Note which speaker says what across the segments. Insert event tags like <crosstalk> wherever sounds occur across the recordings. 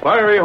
Speaker 1: fiery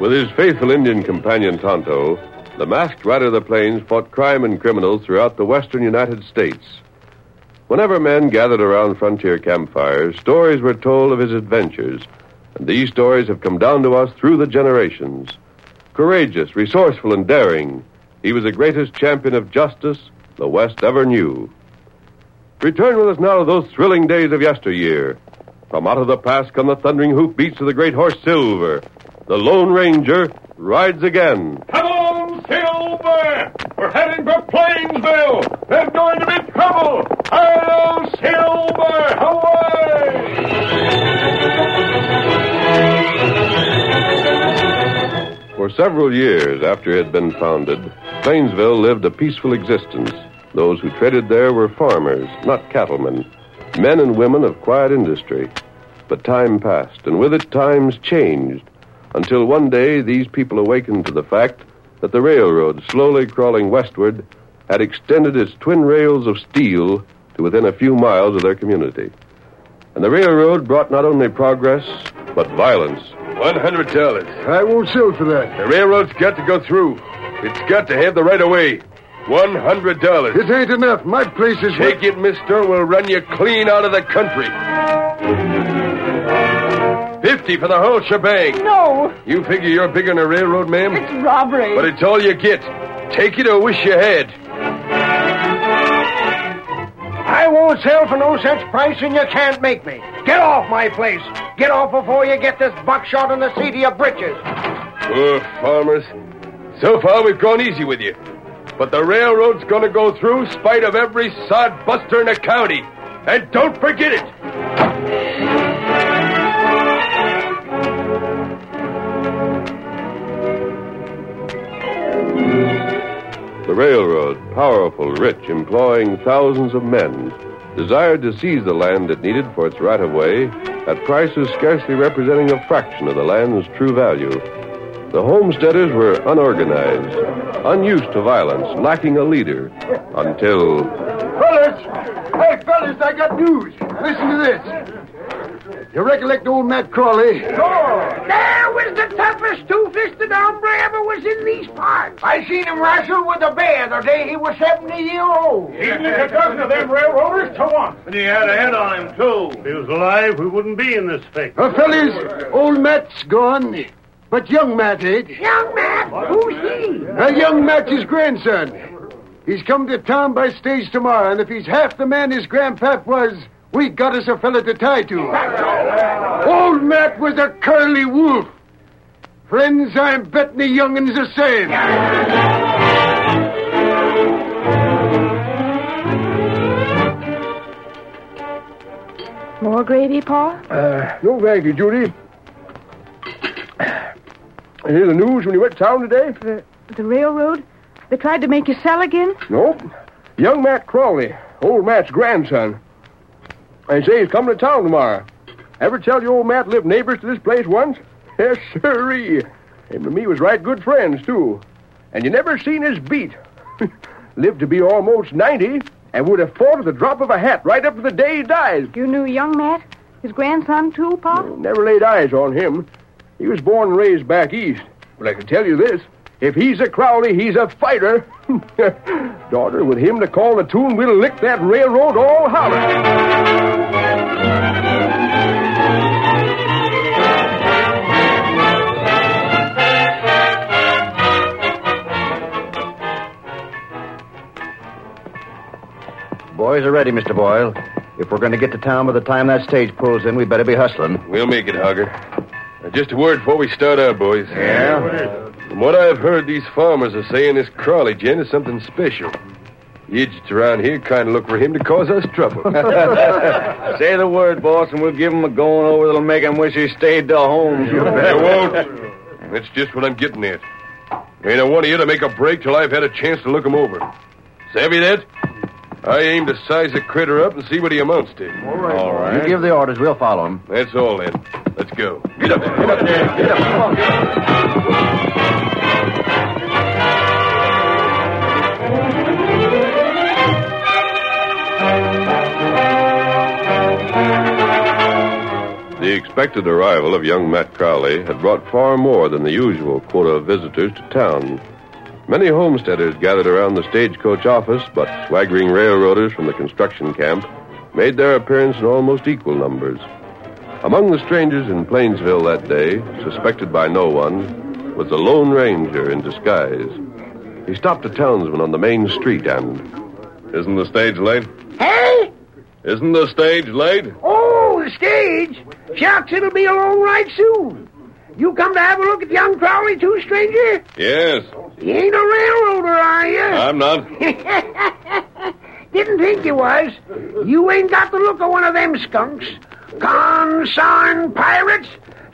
Speaker 1: With his faithful Indian companion Tonto, the masked rider of the plains fought crime and criminals throughout the western United States. Whenever men gathered around frontier campfires, stories were told of his adventures, and these stories have come down to us through the generations. Courageous, resourceful, and daring, he was the greatest champion of justice the West ever knew. Return with us now to those thrilling days of yesteryear. From out of the past come the thundering hoofbeats of the great horse Silver. The Lone Ranger rides again.
Speaker 2: Come on, Silver! We're heading for Plainsville! There's going to be trouble! Hello, Silver! Away!
Speaker 1: For several years after it had been founded, Plainsville lived a peaceful existence. Those who traded there were farmers, not cattlemen, men and women of quiet industry. But time passed, and with it, times changed, until one day these people awakened to the fact that the railroad, slowly crawling westward, had extended its twin rails of steel to within a few miles of their community. And the railroad brought not only progress, but violence.
Speaker 2: $100.
Speaker 3: I won't sell for that.
Speaker 2: The railroad's got to go through. It's got to have the right of way. $100.
Speaker 3: It ain't enough. My place is.
Speaker 2: Take it, mister. We'll run you clean out of the country. 50 for the whole shebang.
Speaker 4: No,
Speaker 2: You figure you're bigger than a railroad, ma'am?
Speaker 4: it's robbery.
Speaker 2: But it's all you get. Take it or wish you had.
Speaker 5: I won't sell for no such price, and you can't make me. Get off my place. Get off before you get this buckshot in the seat of your britches.
Speaker 2: Poor farmers. So far, we've gone easy with you. But the railroad's gonna go through spite of every sod buster in the county. And don't forget it!
Speaker 1: The railroad, powerful, rich, employing thousands of men, desired to seize the land it needed for its right of way at prices scarcely representing a fraction of the land's true value. The homesteaders were unorganized, unused to violence, lacking a leader, until
Speaker 3: Fellas! Hey, fellas, I got news. Listen to this. You recollect old Matt Crawley?
Speaker 5: There was the toughest two-fisted hombre ever was in these parts. I seen him wrestle with a bear the day he was 70 year old.
Speaker 2: Even if a dozen of them railroaders to one.
Speaker 6: And he had a head on him, too. If he was alive, we wouldn't be in this fix.
Speaker 3: Uh, fellas, old Matt's gone, but young Matt ain't.
Speaker 5: Young man, who's he?
Speaker 3: Uh, young Matt's his grandson. He's come to town by stage tomorrow, and if he's half the man his grandpap was, we got us a fella to tie to. Old Matt was a curly wolf. Friends, I'm betting the youngin's the same.
Speaker 4: More More gravy, Pa?
Speaker 3: Uh, no, thank you, Judy. You hear the news when you went to town today?
Speaker 4: The, the railroad? They tried to make you sell again?
Speaker 3: Nope. Young Matt Crawley, old Matt's grandson. They say he's coming to town tomorrow. Ever tell you old Matt lived neighbors to this place once? <laughs> Yes, sirree. Him and me was right good friends, too. And you never seen his beat. <laughs> lived to be almost 90 and would have fought at the drop of a hat right up to the day he dies.
Speaker 4: You knew young Matt? His grandson, too, Pa?
Speaker 3: Never laid eyes on him. He was born and raised back east. But I can tell you this if he's a Crowley, he's a fighter. <laughs> Daughter, with him to call the tune, we'll lick that railroad all holler.
Speaker 7: Boys are ready, Mr. Boyle. If we're going to get to town by the time that stage pulls in, we better be hustling.
Speaker 8: We'll make it, Hogger. Now, Just a word before we start out, boys.
Speaker 7: Yeah?
Speaker 8: From what I've heard, these farmers are saying this Crawley gent is something special. Idiots around here kind of look for him to cause us
Speaker 3: <laughs>
Speaker 8: trouble.
Speaker 7: Say the word, boss, and we'll give him a going over that'll make him wish he stayed to home.
Speaker 8: I won't. That's just what I'm getting at. Ain't a one of you to make a break till I've had a chance to look him over. Savvy that? I aim to size the critter up and see what he amounts to. All right. All
Speaker 7: You give the orders, we'll follow him.
Speaker 8: That's all then. Let's go. Get up there. Get up there. Get up.
Speaker 1: The expected arrival of young Matt Crowley had brought far more than the usual quota of visitors to town. Many homesteaders gathered around the stagecoach office, but swaggering railroaders from the construction camp made their appearance in almost equal numbers. Among the strangers in Plainsville that day, suspected by no one, was a Lone Ranger in disguise. He stopped a townsman on the main street and. Isn't the stage late?
Speaker 9: Hey?
Speaker 1: Isn't the stage late?
Speaker 9: Oh, the stage. Shucks, it'll be along right soon. You come to have a look at young Crowley, too, stranger?
Speaker 1: Yes.
Speaker 9: You ain't a railroader, are you?
Speaker 1: I'm not.
Speaker 9: Didn't think you was. You ain't got the look of one of them skunks. Consarn pirates.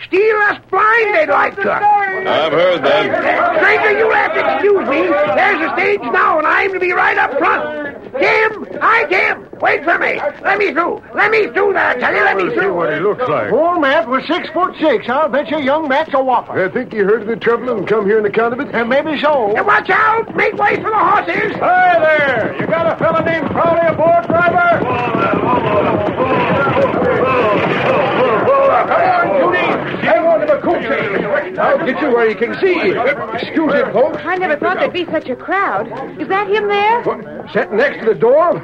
Speaker 9: Steal us blind, they'd like to.
Speaker 1: I've heard that.
Speaker 9: Stranger, you'll have to excuse me. There's a stage now, and I'm to be right up front. Jim! Hi, Jim! Wait for me! Let me through! Let me through there, I tell you! Let me through!
Speaker 6: looks like.
Speaker 3: Old Matt was six foot six. I'll bet you young Matt's a whopper. I think he heard of the trouble and come here on account of it. And maybe so.
Speaker 9: Now watch out! Make way for the horses!
Speaker 3: Hi there! You got a fella named Crowley aboard, driver? Come on, Judy! Hang on to the coach. I'll get you where you can see. Excuse it, folks.
Speaker 4: I never thought there'd be such a crowd. Is that him there?
Speaker 3: What, sitting next to the door?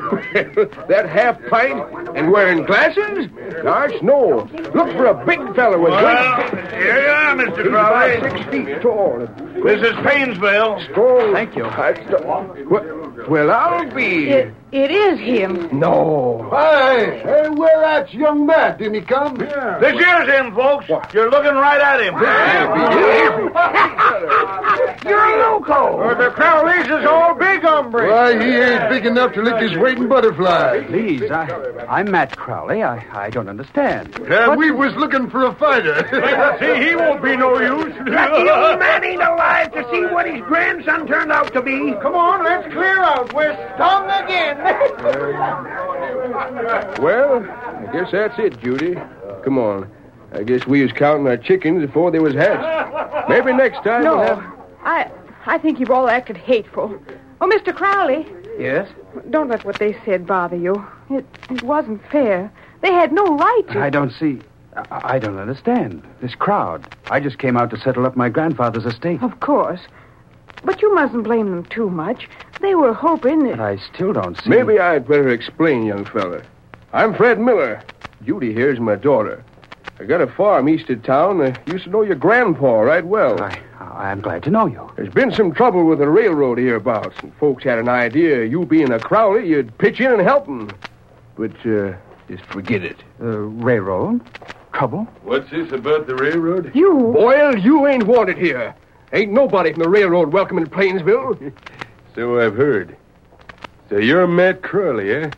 Speaker 3: <laughs> that half pint and wearing glasses? Gosh, no. Look for a big fella with
Speaker 6: Well,
Speaker 3: good...
Speaker 6: here you are, Mr.
Speaker 3: He's about
Speaker 6: Crowley.
Speaker 3: six feet tall. and
Speaker 6: This is Painesville.
Speaker 3: Tall.
Speaker 7: Thank you.
Speaker 3: I st- well, well, I'll be.
Speaker 4: It, it is him.
Speaker 3: No. Hey, hey, where at, young Matt? Didn't he come? Yeah.
Speaker 6: This here's him, folks. You're looking right at him.
Speaker 9: <laughs> You're a loco!
Speaker 6: Or the Crowleys is all big, hombre.
Speaker 3: Why, he ain't big enough to lick his weight in butterflies.
Speaker 7: Please, I, I'm Matt Crowley. I, I don't understand.
Speaker 3: And Uh, we was looking for a fighter. <laughs>
Speaker 6: See, he won't be no use.
Speaker 9: Lucky old man ain't alive to see what his grandson turned out to be. Come on, let's clear out. We're stung again.
Speaker 3: well, I guess that's it, Judy. Come on. I guess we was counting our chickens before they was hatched. Maybe next time
Speaker 4: No.
Speaker 3: we'll have...
Speaker 4: I I think you've all acted hateful. Oh, Mr. Crowley,
Speaker 7: Yes?
Speaker 4: don't let what they said bother you. It, it wasn't fair. They had no right to.
Speaker 7: I don't see. I, I don't understand. This crowd. I just came out to settle up my grandfather's estate.
Speaker 4: Of course. But you mustn't blame them too much. They were hoping
Speaker 7: But
Speaker 4: that.
Speaker 7: I still don't see.
Speaker 3: Maybe I'd better explain, young fella. I'm Fred Miller. Judy here's my daughter. I got a farm east of town. I used to know your grandpa right well.
Speaker 7: I, I'm glad to know you.
Speaker 3: There's been some trouble with the railroad hereabouts, and folks had an idea you being a Crowley, you'd pitch in and help 'em. But, uh, just forget it.
Speaker 7: Uh, railroad? Trouble?
Speaker 8: What's this about the railroad?
Speaker 4: You.
Speaker 3: Boyle, you ain't wanted here. Ain't nobody from the railroad welcome in
Speaker 1: <laughs>
Speaker 3: Plainsville.
Speaker 8: So I've heard. So you're Matt Crowley, eh?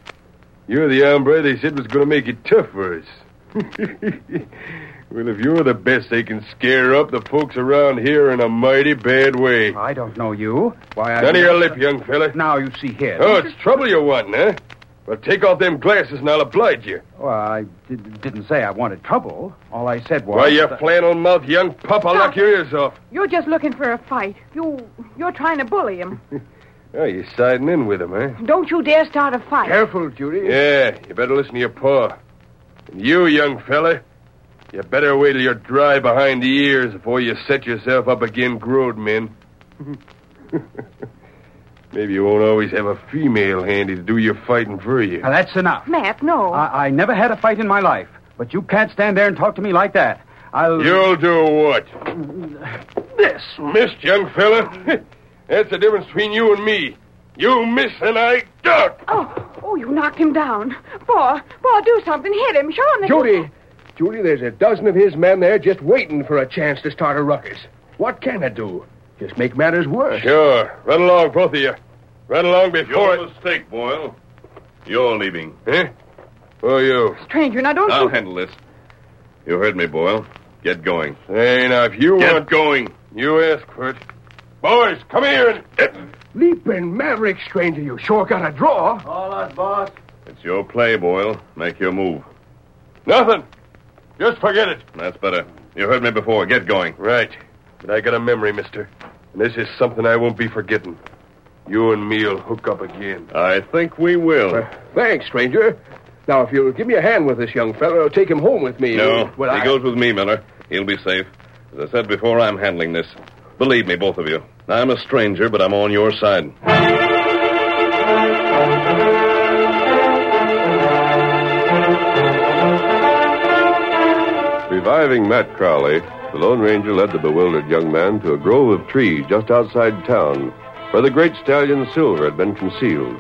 Speaker 8: You're the hombre they said was going to make it tough for us.
Speaker 1: <laughs> well, if you're the best they can scare up, the folks around here are in a mighty bad way.
Speaker 9: I don't know you. Why, I.
Speaker 1: None of your lip, young fella.
Speaker 9: Now, you see here.
Speaker 1: Oh, it's trouble you're wanting, huh? Well, take off them glasses and I'll oblige you.
Speaker 9: Well, I did, didn't say I wanted trouble. All I said was.
Speaker 1: Why, you flannel mouth young pup, I'll knock your ears off.
Speaker 4: You're just looking for a fight. You, you're trying to bully him.
Speaker 1: Oh, you're siding in with him, eh?
Speaker 4: Don't you dare start a fight.
Speaker 9: Careful, Judy.
Speaker 1: Yeah, you better listen to your paw. And you, young fella, you better wait till you're dry behind the ears before you set yourself up again grown men. <laughs> Maybe you won't always have a female handy to do your fighting for you.
Speaker 9: Now, that's enough.
Speaker 4: Matt, no.
Speaker 9: I, I never had a fight in my life, but you can't stand there and talk to me like that. I'll.
Speaker 1: You'll do what? This. Missed, young fella? <laughs> That's the difference between you and me. You miss and I duck.
Speaker 4: Oh, oh, you knocked him down. Paul, Paul, do something. Hit him. Show him that
Speaker 5: Judy, Judy, there's a dozen of his men there just waiting for a chance to start a ruckus. What can it do? Just make matters worse.
Speaker 1: Sure. Run along, both of you. Run along before
Speaker 6: Your mistake, Boyle. You're leaving.
Speaker 1: it. Huh? Who are you?
Speaker 4: stranger. Now, don't
Speaker 6: I'll
Speaker 4: you...
Speaker 6: handle this. You heard me, Boyle. Get going.
Speaker 1: Hey, now, if you
Speaker 6: Get
Speaker 1: want.
Speaker 6: going.
Speaker 1: You ask for it. Boys, come here and.
Speaker 5: Leaping maverick, stranger, you sure got a draw.
Speaker 10: All right, boss.
Speaker 6: It's your play, Boyle. Make your move.
Speaker 1: Nothing. Just forget it.
Speaker 6: That's better. You heard me before. Get going.
Speaker 1: Right. But I got a memory, mister. And this is something I won't be forgetting. You and me'll hook up again.
Speaker 6: I think we will.
Speaker 5: Thanks, stranger. Now, if you'll give me a hand with this young fellow, I'll take him home with me.
Speaker 6: No,
Speaker 5: Well,
Speaker 6: he
Speaker 5: I...
Speaker 6: goes with me, Miller. He'll be safe. As I said before, I'm handling this. Believe me, both of you. I'm a stranger, but I'm on your side.
Speaker 11: Reviving Matt Crowley, the Lone Ranger led the bewildered young man to a grove of trees just outside town where the great stallion Silver had been concealed.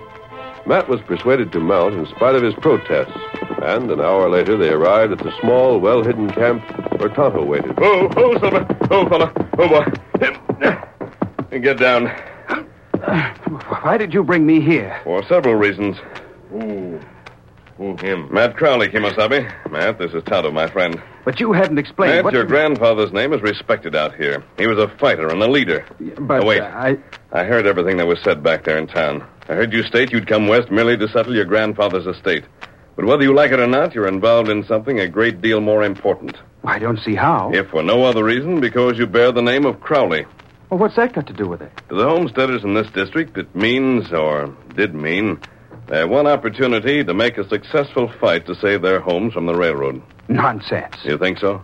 Speaker 11: Matt was persuaded to mount in spite of his protests, and an hour later they arrived at the small, well hidden camp where Tonto waited.
Speaker 6: Oh, oh, Silver. Oh, fella. Oh, boy. Get down.
Speaker 9: Why did you bring me here?
Speaker 6: For several reasons. Ooh. Ooh, him. Matt Crowley, Kimasabi. Matt, this is Tonto, my friend.
Speaker 9: But you haven't explained
Speaker 6: Matt,
Speaker 9: what.
Speaker 6: your grandfather's name is respected out here. He was a fighter and a leader.
Speaker 9: But
Speaker 6: Oh, wait.
Speaker 9: uh, I.
Speaker 6: I heard everything that was said back there in town. I heard you state you'd come west merely to settle your grandfather's estate. But whether you like it or not, you're involved in something a great deal more important.
Speaker 9: I don't see how.
Speaker 6: If for no other reason, because you bear the name of Crowley.
Speaker 9: Well, what's that got to do with it?
Speaker 6: To the homesteaders in this district, it means, or did mean, their one opportunity to make a successful fight to save their homes from the railroad.
Speaker 9: Nonsense.
Speaker 6: You think so?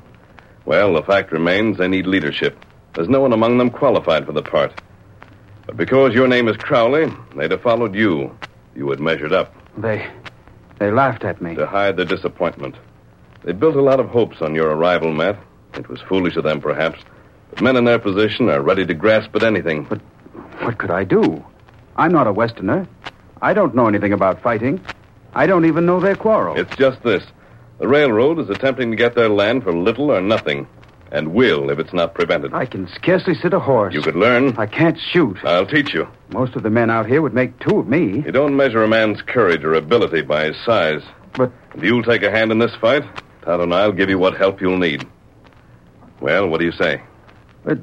Speaker 6: Well, the fact remains they need leadership. There's no one among them qualified for the part. But because your name is Crowley, they'd have followed you. You had measured up
Speaker 9: They. They laughed at me.
Speaker 6: to hide their disappointment. They built a lot of hopes on your arrival, Matt. It was foolish of them, perhaps. But men in their position are ready to grasp at anything. <laughs> But
Speaker 9: What could I do? I'm not a Westerner. I don't know anything about fighting. I don't even know their quarrel.
Speaker 6: it's just this the railroad is attempting to get their land for little or nothing, and will if it's not prevented.
Speaker 9: I can scarcely sit a horse.
Speaker 6: You could learn.
Speaker 9: I can't shoot.
Speaker 6: I'll teach you.
Speaker 9: Most of the men out here would make two of me.
Speaker 6: You don't measure a man's courage or ability by his size.
Speaker 9: But-
Speaker 6: If you'll take a hand in this fight, Todd and I'll give you what help you'll need. Well, what do you say?
Speaker 9: But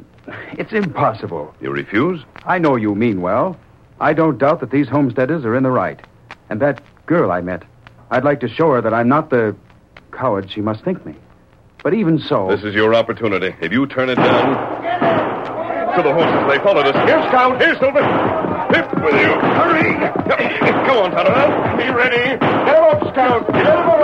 Speaker 9: it's impossible.
Speaker 6: You refuse?
Speaker 9: I know you mean well. I don't doubt that these homesteaders are in the right. And that girl I met, I'd like to show her that I'm not the coward she must think me. But even so,
Speaker 6: This is your opportunity. If you turn it down. To the horses. They followed us. Here, Scout. Here, Silver. Hip with you. Hurry. Come on, Tonto. Be ready. Get up, Scout. Get up.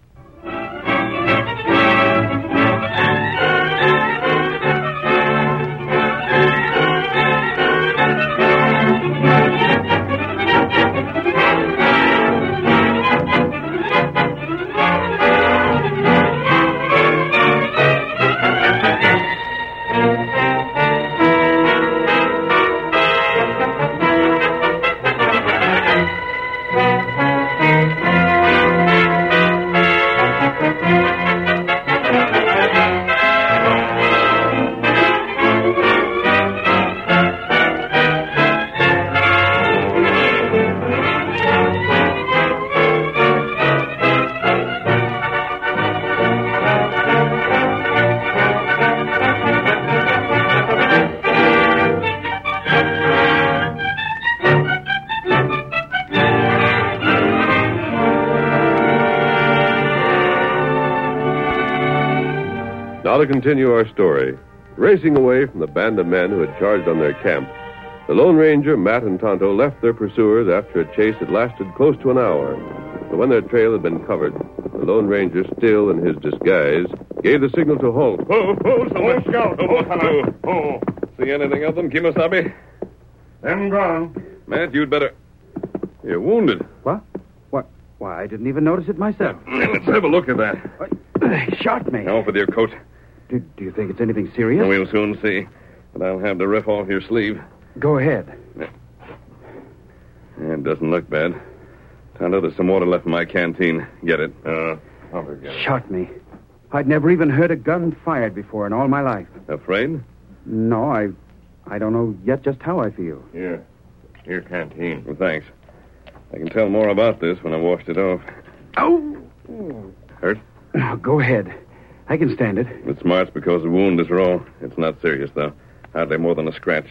Speaker 11: to continue our story. Racing away from the band of men who had charged on their camp, the Lone Ranger, Matt, and Tonto left their pursuers after a chase that lasted close to an hour. But when their trail had been covered, the Lone Ranger, still in his disguise, gave the signal to halt.
Speaker 6: Oh, oh, oh, Scout. Oh, oh, oh. See anything of them, Kimasabi?
Speaker 10: Them gone.
Speaker 6: Matt, you'd better. You're wounded.
Speaker 9: What? What? Why, I didn't even notice it myself.
Speaker 6: Let's have a look at that.
Speaker 9: <coughs> They shot me.
Speaker 6: Now for your coat.
Speaker 9: Do, do you think it's anything serious?
Speaker 6: We'll soon see. But I'll have the riff off your sleeve.
Speaker 9: Go ahead.
Speaker 6: It doesn't look bad. Tonto, there's some water left in my canteen. Get it. Uh, I'll forget
Speaker 9: Shot me. I'd never even heard a gun fired before in all my life.
Speaker 6: Afraid?
Speaker 9: No, I, I don't know yet just how I feel.
Speaker 6: Here. Your canteen. Well, Hmm, thanks. I can tell more about this when I washed it off.
Speaker 9: Oh,
Speaker 6: Hurt?
Speaker 9: now go ahead. I can stand it.
Speaker 6: It smarts because the wound is raw. It's not serious, though. Hardly more than a scratch.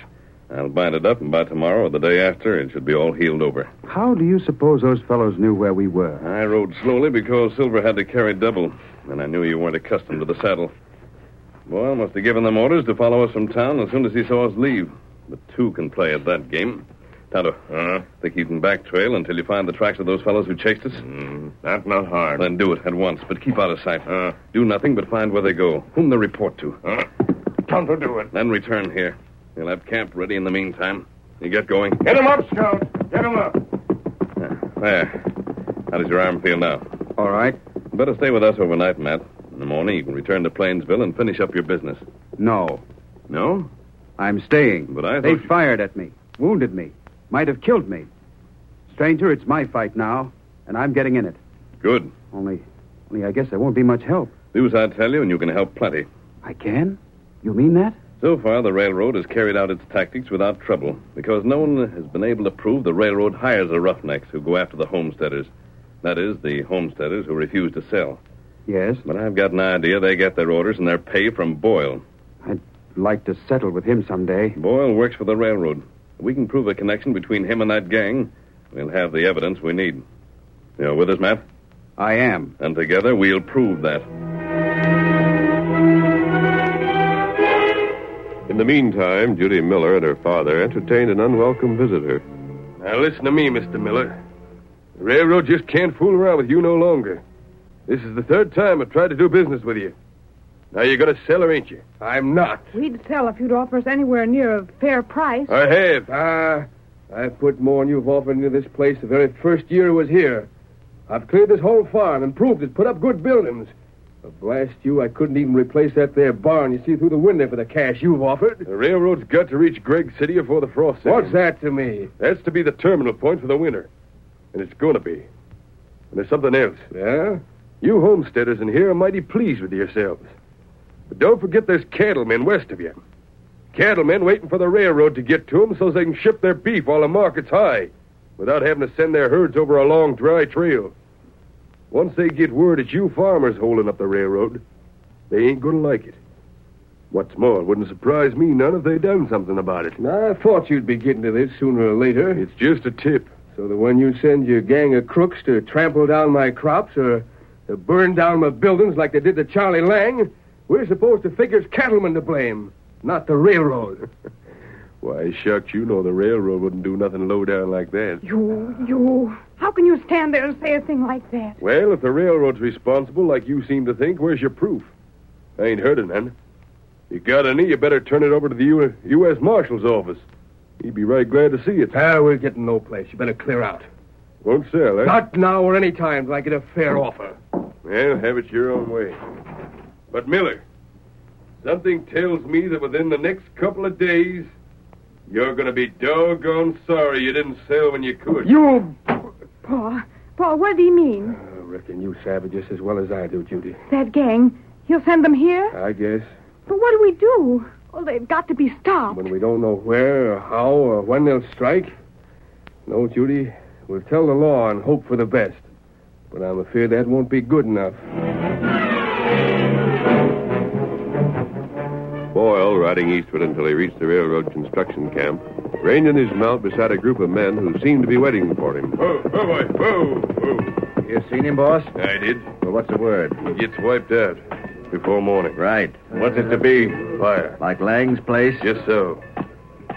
Speaker 6: I'll bind it up, and by tomorrow or the day after, it should be all healed over.
Speaker 9: How do you suppose those fellows knew where we were?
Speaker 6: I rode slowly because Silver had to carry double, and I knew you weren't accustomed to the saddle. Boyle must have given them orders to follow us from town as soon as he saw us leave. But two can play at that game. Tonto,
Speaker 1: Uh-huh.
Speaker 6: uh think you can back trail until you find the tracks of those fellows who chased us?
Speaker 1: That's Mm, not hard. Uh-huh.
Speaker 6: Then do it at once, but keep out of sight. do nothing but find where they go, whom they report to.
Speaker 1: Tonto, do it.
Speaker 6: Then return here. You'll have camp ready in the meantime. You get going.
Speaker 1: Get him up, Scout. Get him up.
Speaker 6: There. How does your arm feel now?
Speaker 9: All right.
Speaker 6: Better stay with us overnight, Matt. In the morning, you can return to Plainsville and finish up your business.
Speaker 9: No,
Speaker 6: No?
Speaker 9: I'm staying.
Speaker 6: But I thought
Speaker 9: They
Speaker 6: you-
Speaker 9: fired at me, wounded me, might have killed me. Stranger, it's my fight now, and I'm getting in it.
Speaker 6: Good.
Speaker 9: Only, only I guess there won't be much help.
Speaker 6: Do as I tell you, and you can help plenty.
Speaker 9: I can? You mean that?
Speaker 6: So far, the railroad has carried out its tactics without trouble because no one has been able to prove the railroad hires the roughnecks who go after the homesteaders. That is, the homesteaders who refuse to sell.
Speaker 9: Yes.
Speaker 6: But I've got an idea they get their orders and their pay from Boyle.
Speaker 9: Like to settle with him someday.
Speaker 6: Boyle works for the railroad. If we can prove a connection between him and that gang, we'll have the evidence we need. You're with us, Matt?
Speaker 9: I am.
Speaker 6: And together we'll prove that.
Speaker 11: In the meantime, Judy Miller and her father entertained an unwelcome visitor.
Speaker 1: Now listen to me, Mr. Miller. The railroad just can't fool around with you no longer. This is the third time I've tried to do business with you. Now you're gonna sell her, ain't you? I'm not.
Speaker 4: We'd sell if you'd offer us anywhere near a fair price.
Speaker 1: I have.
Speaker 3: Ah, I've put more than you've offered into this place the very first year it was here. I've cleared this whole farm, improved it, put up good buildings. But blast you, I couldn't even replace that there barn you see through the window for the cash you've offered.
Speaker 1: The railroad's got to reach Gregg City before the frost sets.
Speaker 3: What's that to me?
Speaker 1: That's to be the terminal point for the winter. And it's going to be. And there's something else.
Speaker 3: Yeah?
Speaker 1: You homesteaders in here are mighty pleased with yourselves. But don't forget there's cattlemen west of you. Cattlemen waiting for the railroad to get to 'em so they can ship their beef while the market's high without having to send their herds over a long, dry trail. Once they get word it's you farmers holding up the railroad, they ain't going to like it. What's more, it wouldn't surprise me none if they done something about it.
Speaker 3: I thought you'd be getting to this sooner or later.
Speaker 1: It's just a tip.
Speaker 3: So that when you send your gang of crooks to trample down my crops or to burn down my buildings like they did to Charlie Lang, we're supposed to figure it's cattlemen to blame, not the railroad.
Speaker 1: <laughs> Why, shucks, you know the railroad wouldn't do nothing low down like that.
Speaker 4: You, you. How can you stand there and say a thing like that?
Speaker 1: Well, if the railroad's responsible, like you seem to think, where's your proof? I ain't heard of none. You got any, you better turn it over to the U- U.S. Marshal's office. He'd be right glad to see it.
Speaker 3: Ah, we're getting no place. You better clear out.
Speaker 1: Won't sell, eh?
Speaker 3: Not now or any time till I get a fair offer.
Speaker 1: Well, have it your own way. But, Miller, something tells me that within the next couple of days, you're going to be doggone sorry you didn't sell when you could.
Speaker 3: You.
Speaker 4: Paul, Paul, what did he mean?
Speaker 3: I reckon you savage just as well as I do, Judy.
Speaker 4: That gang. He'll send them here?
Speaker 3: I guess
Speaker 4: But what do we do? Well, they've got to be stopped.
Speaker 3: when we don't know where or how or when they'll strike. No, Judy, we'll tell the law and hope for the best. But I'm afraid that won't be good enough.
Speaker 11: Boyle, riding eastward until he reached the railroad construction camp, reined in his mount beside a group of men who seemed to be waiting for him.
Speaker 1: Whoa, whoa, boy, whoa, whoa.
Speaker 12: You seen him, boss?
Speaker 1: I did.
Speaker 12: Well, what's the word?
Speaker 1: He gets wiped out before morning.
Speaker 12: Right.
Speaker 1: What's it to be? Fire.
Speaker 13: Like Lang's place?
Speaker 1: Just so.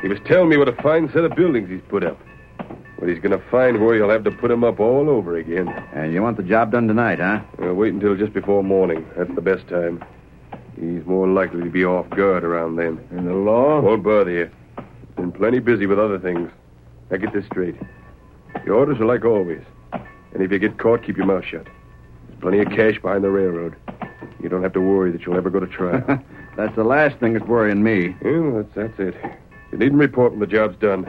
Speaker 1: He was telling me what a fine set of buildings he's put up. But he's going to find where he'll have to put 'em up all over again.
Speaker 13: And you want the job done tonight, huh? <laughs>
Speaker 1: Well, wait until just before morning. That's the best time. He's more likely to be off guard around then.
Speaker 13: And the law?
Speaker 1: Won't bother you. Been plenty busy with other things. Now get this straight. Your orders are like always. And if you get caught, keep your mouth shut. There's plenty of cash behind the railroad. You don't have to worry that you'll ever go
Speaker 13: <laughs>
Speaker 1: to trial.
Speaker 13: That's the last thing that's worrying me.
Speaker 1: well, that's, that's it. You needn't report when the job's done.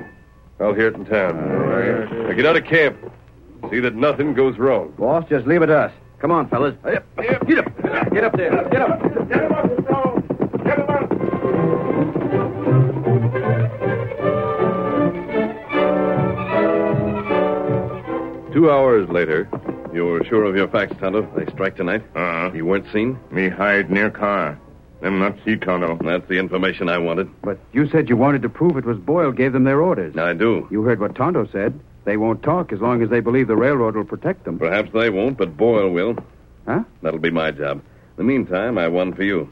Speaker 1: I'll hear it in town. Now get out of camp. See that nothing goes wrong.
Speaker 13: Boss, just leave it to us. Come on, fellas. Get up. Get up. Get up there. Get up.
Speaker 6: Two hours later. You're sure of your facts, Tonto? They strike tonight?
Speaker 14: Uh-huh.
Speaker 6: You weren't seen?
Speaker 14: Me hide near car. Them not see Tonto.
Speaker 6: That's the information I wanted.
Speaker 9: But you said you wanted to prove it was Boyle gave them their orders.
Speaker 6: I do.
Speaker 9: You heard what Tonto said. They won't talk as long as they believe the railroad will protect them.
Speaker 6: Perhaps they won't, but Boyle will.
Speaker 9: Huh?
Speaker 6: That'll be my job. In the meantime, I have one for you.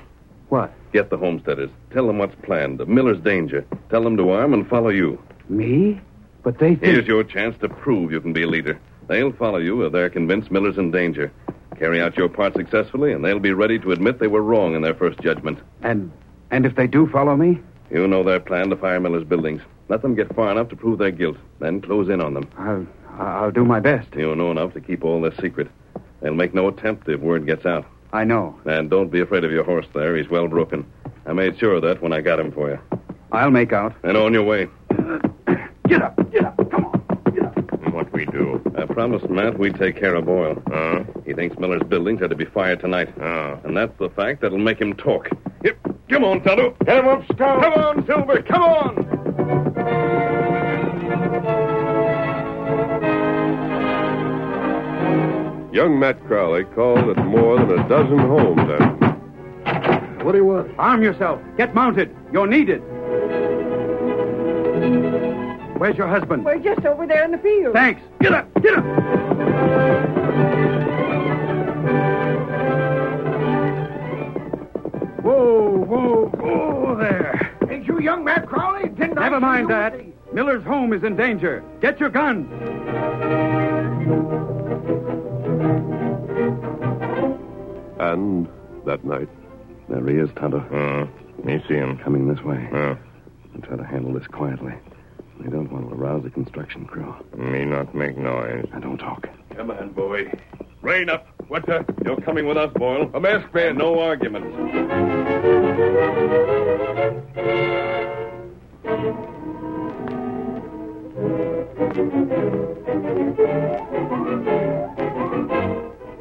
Speaker 9: What?
Speaker 6: Get the homesteaders. Tell them what's planned, the miller's danger. Tell them to arm and follow you.
Speaker 9: Me? But they think.
Speaker 6: Here's your chance to prove you can be a leader. They'll follow you if they're convinced Miller's in danger. Carry out your part successfully, and they'll be ready to admit they were wrong in their first judgment.
Speaker 9: And and if they do follow me,
Speaker 6: You know their plan to fire Miller's buildings. Let them get far enough to prove their guilt, then close in on them.
Speaker 9: I'll I'll do my best.
Speaker 6: You know enough to keep all this secret. They'll make no attempt if word gets out.
Speaker 9: I know.
Speaker 6: And don't be afraid of your horse there. He's well broken. I made sure of that when I got him for you.
Speaker 9: I'll make out.
Speaker 6: And on your way.
Speaker 9: Get up. Get up. Come on.
Speaker 14: And what we do?
Speaker 6: I promised Matt we'd take care of Boyle.
Speaker 14: Huh?
Speaker 6: He thinks Miller's buildings had to be fired tonight.
Speaker 14: Oh.
Speaker 6: And that's the fact that'll make him talk. Yep. Come on, Tonto.
Speaker 14: Get him up, Scout. Come on, Silver. Come on.
Speaker 6: Young Matt Crowley called at more than a dozen homes that
Speaker 1: What do you want?
Speaker 9: Arm yourself. Get mounted. You're needed. Where's your husband?
Speaker 4: We're just over there in the field.
Speaker 9: Thanks. Get up. Get up. Whoa, whoa, whoa there.
Speaker 3: Ain't you young Matt Crowley? Didn't I
Speaker 9: Never
Speaker 3: see
Speaker 9: mind
Speaker 3: you?
Speaker 9: that. Miller's home is in danger. Get your gun.
Speaker 6: And that night. There he is, Tonto.
Speaker 1: Hmm.
Speaker 14: Uh, me see him.
Speaker 6: Coming this way.
Speaker 14: Uh,
Speaker 6: I'll try to handle this quietly. We don't want to arouse the construction crew.
Speaker 14: me not make noise.
Speaker 6: Now, don't talk.
Speaker 1: Come on, boy.
Speaker 14: Rain up. What the?
Speaker 6: You're coming with us, Boyle.
Speaker 1: A masked man.
Speaker 6: No arguments.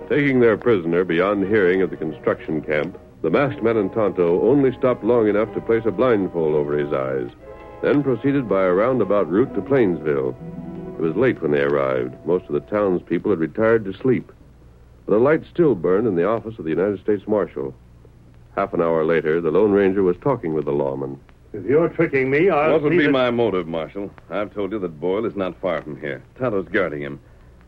Speaker 6: Taking their prisoner beyond hearing of the construction camp, the masked man and Tonto only stopped long enough to place a blindfold over his eyes, then proceeded by a roundabout route to Plainsville. It was late when they arrived. Most of the townspeople had retired to sleep. The light still burned in the office of the United States Marshal. Half an hour later, the Lone Ranger was talking with the lawman.
Speaker 10: If you're tricking me, I'll
Speaker 6: What would
Speaker 10: see
Speaker 6: be
Speaker 10: that-
Speaker 6: my motive, Marshal? I've told you that Boyle is not far from here. Tonto's guarding him.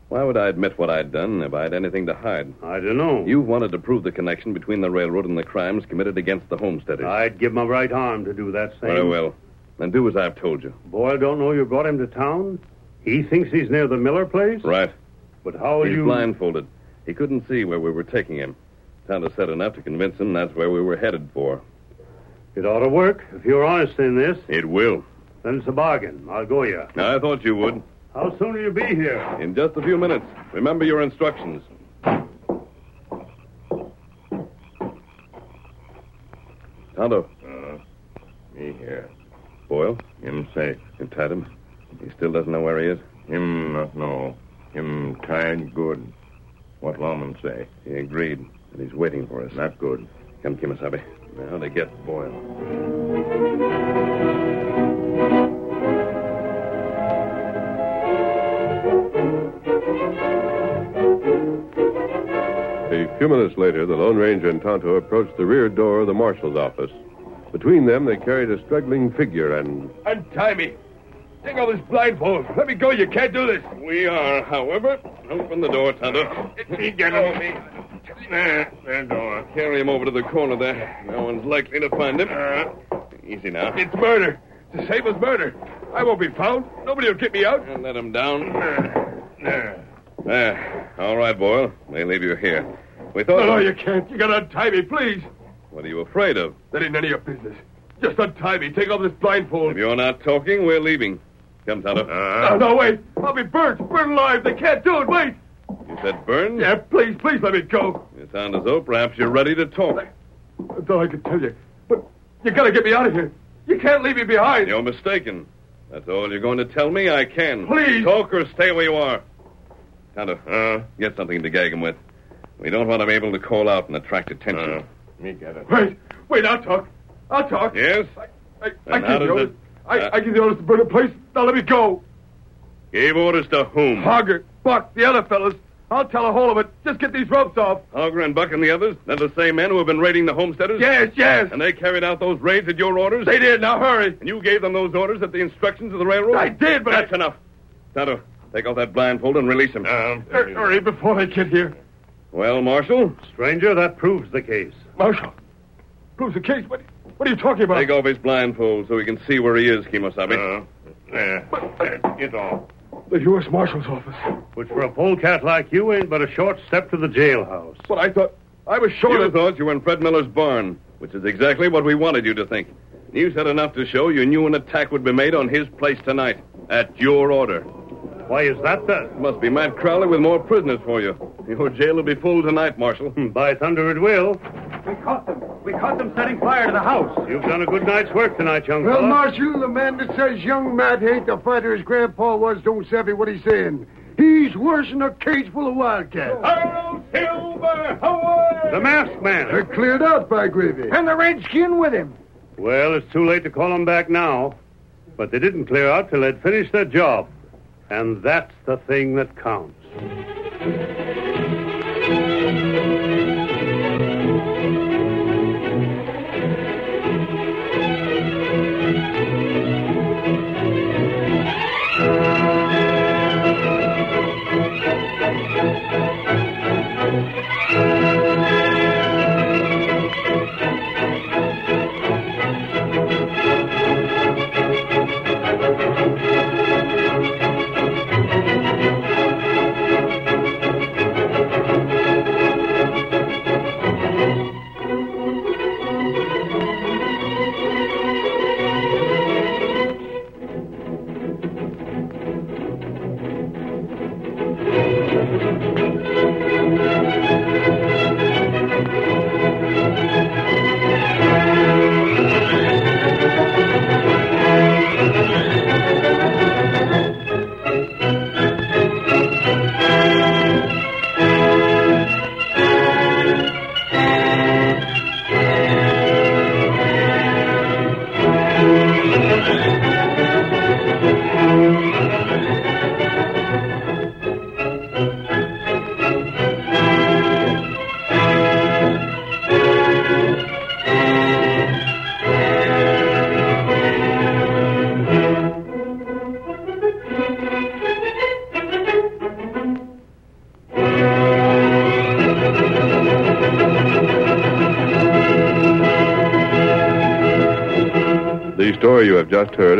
Speaker 6: Why would I admit what I'd done if I had anything to hide?
Speaker 10: I don't know.
Speaker 6: You wanted to prove the connection between the railroad and the crimes committed against the homesteaders.
Speaker 10: I'd give my right arm to do that Ah, same.
Speaker 6: Very well. Then do as I've told you.
Speaker 10: Boyle don't know you brought him to town. He thinks he's near the Miller place.
Speaker 6: Right.
Speaker 10: But how
Speaker 6: He's
Speaker 10: you?
Speaker 6: blindfolded. He couldn't see where we were taking him. Tonto said enough to convince him that's where we were headed for.
Speaker 10: It ought to work if you're honest in this.
Speaker 6: It will.
Speaker 10: Then it's a bargain. I'll go you.
Speaker 6: I thought you would.
Speaker 10: How soon will you be here?
Speaker 6: In just a few minutes. Remember your instructions. Tonto.
Speaker 14: Uh-huh. Me here.
Speaker 6: Boyle,
Speaker 14: Him safe.
Speaker 6: you tied him. He still doesn't know where he is.
Speaker 14: Him not know. Him tied good. What lawman say?
Speaker 6: He agreed, and he's waiting for us.
Speaker 14: Not good.
Speaker 6: Come, Kimasabe. Now to get Boyle. A few minutes later, the Lone Ranger and Tonto approached the rear door of the marshal's office. Between them, they carried a struggling figure and.
Speaker 1: Untie me. Take all this blindfold. Let me go. You can't do this.
Speaker 6: We are, however. Open the door, Tonto.
Speaker 14: Let me get him.
Speaker 6: There, they're gone. Carry him over to the corner there. No one's likely to find him.
Speaker 3: Uh-huh.
Speaker 6: Easy now.
Speaker 3: It's murder. The same as murder. I won't be found. Nobody will get me out.
Speaker 6: And let him down.
Speaker 3: Uh,
Speaker 6: There. All right, Boyle. They leave you here. We thought.
Speaker 3: No, no, Oh, you can't. You gotta untie me, please.
Speaker 6: What are you afraid of?
Speaker 3: That ain't none of your business. Just untie me. Take off this blindfold.
Speaker 6: If you're not talking, we're leaving. Come, Tonto.
Speaker 3: No, no, wait. I'll be burnt. Burnt alive. They can't do it. Wait.
Speaker 6: You said burn?
Speaker 3: Yeah, please, please let me go.
Speaker 6: You sound as though perhaps you're ready to talk.
Speaker 3: That's all I can tell you. But you gotta get me out of here. You can't leave me behind.
Speaker 6: You're mistaken. That's all you're going to tell me? I can.
Speaker 3: Please. Uh-huh.
Speaker 6: Talk or stay where you are. Tonto, uh, get something to gag him with. We don't want him able to call out and attract attention.
Speaker 3: Uh-huh. Me get it. Wait, wait, I'll talk. I'll talk.
Speaker 6: Yes?
Speaker 3: I, I
Speaker 6: And how
Speaker 3: give the
Speaker 6: does
Speaker 3: orders.
Speaker 6: it-
Speaker 3: I,
Speaker 6: uh,
Speaker 3: I give the orders to burn the place. Now let me go.
Speaker 6: Gave orders to whom?
Speaker 3: Hogger, Buck, the other fellas. I'll tell a whole of it. Just get these ropes off.
Speaker 6: Auger and Buck and the others? They're the same men who have been raiding the homesteaders?
Speaker 3: Yes, yes.
Speaker 6: And they carried out those raids at your orders?
Speaker 3: They did. Now hurry.
Speaker 6: And you gave them those orders at the instructions of the railroad?
Speaker 3: I did, but
Speaker 6: That's
Speaker 3: I...
Speaker 6: enough. Tonto, take off that blindfold and release him.
Speaker 3: Hur- Hurry before they get here.
Speaker 6: well, Marshal,
Speaker 10: Stranger, that proves the case.
Speaker 3: Marshal, proves the case. What, what are you talking about?
Speaker 6: take off his blindfold so we can see where he is,
Speaker 3: Uh.
Speaker 6: Kimosabe.
Speaker 1: Uh,
Speaker 10: Yeah. Get off.
Speaker 3: The U.S. Marshal's office.
Speaker 10: Which for a polecat like you ain't but a short step to the jailhouse.
Speaker 3: But I thought I was sure
Speaker 6: you
Speaker 3: that
Speaker 6: thought you were in Fred Miller's barn, which is exactly what we wanted you to think. You said enough to show you knew an attack would be made on his place tonight, at your order.
Speaker 10: Why is that then?
Speaker 6: Must be Matt Crowley with more prisoners for you. Your jail will be full tonight, Marshal.
Speaker 15: Hmm,
Speaker 10: By thunder, it will.
Speaker 16: We caught them. We caught them setting fire to the house.
Speaker 10: You've done a good night's work tonight, young
Speaker 17: Well,
Speaker 10: fella.
Speaker 17: Marshal, the man that says young Matt ain't the fighter his grandpa was don't savvy what he's saying. He's worse than a cage full of wildcats.
Speaker 10: The
Speaker 17: They're
Speaker 10: masked man.
Speaker 17: cleared out by Gravy.
Speaker 18: And the redskin with him.
Speaker 10: Well, it's too late to call him back now. But they didn't clear out till they'd finished their job. And that's the thing that counts.
Speaker 15: The story you have just heard